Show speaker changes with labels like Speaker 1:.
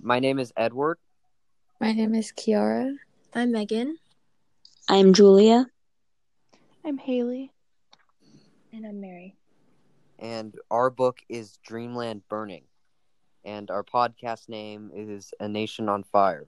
Speaker 1: My name is Edward.
Speaker 2: My name is Kiara.
Speaker 3: I'm Megan.
Speaker 4: I'm Julia.
Speaker 5: I'm Haley.
Speaker 6: And I'm Mary.
Speaker 1: And our book is Dreamland Burning. And our podcast name is A Nation on Fire.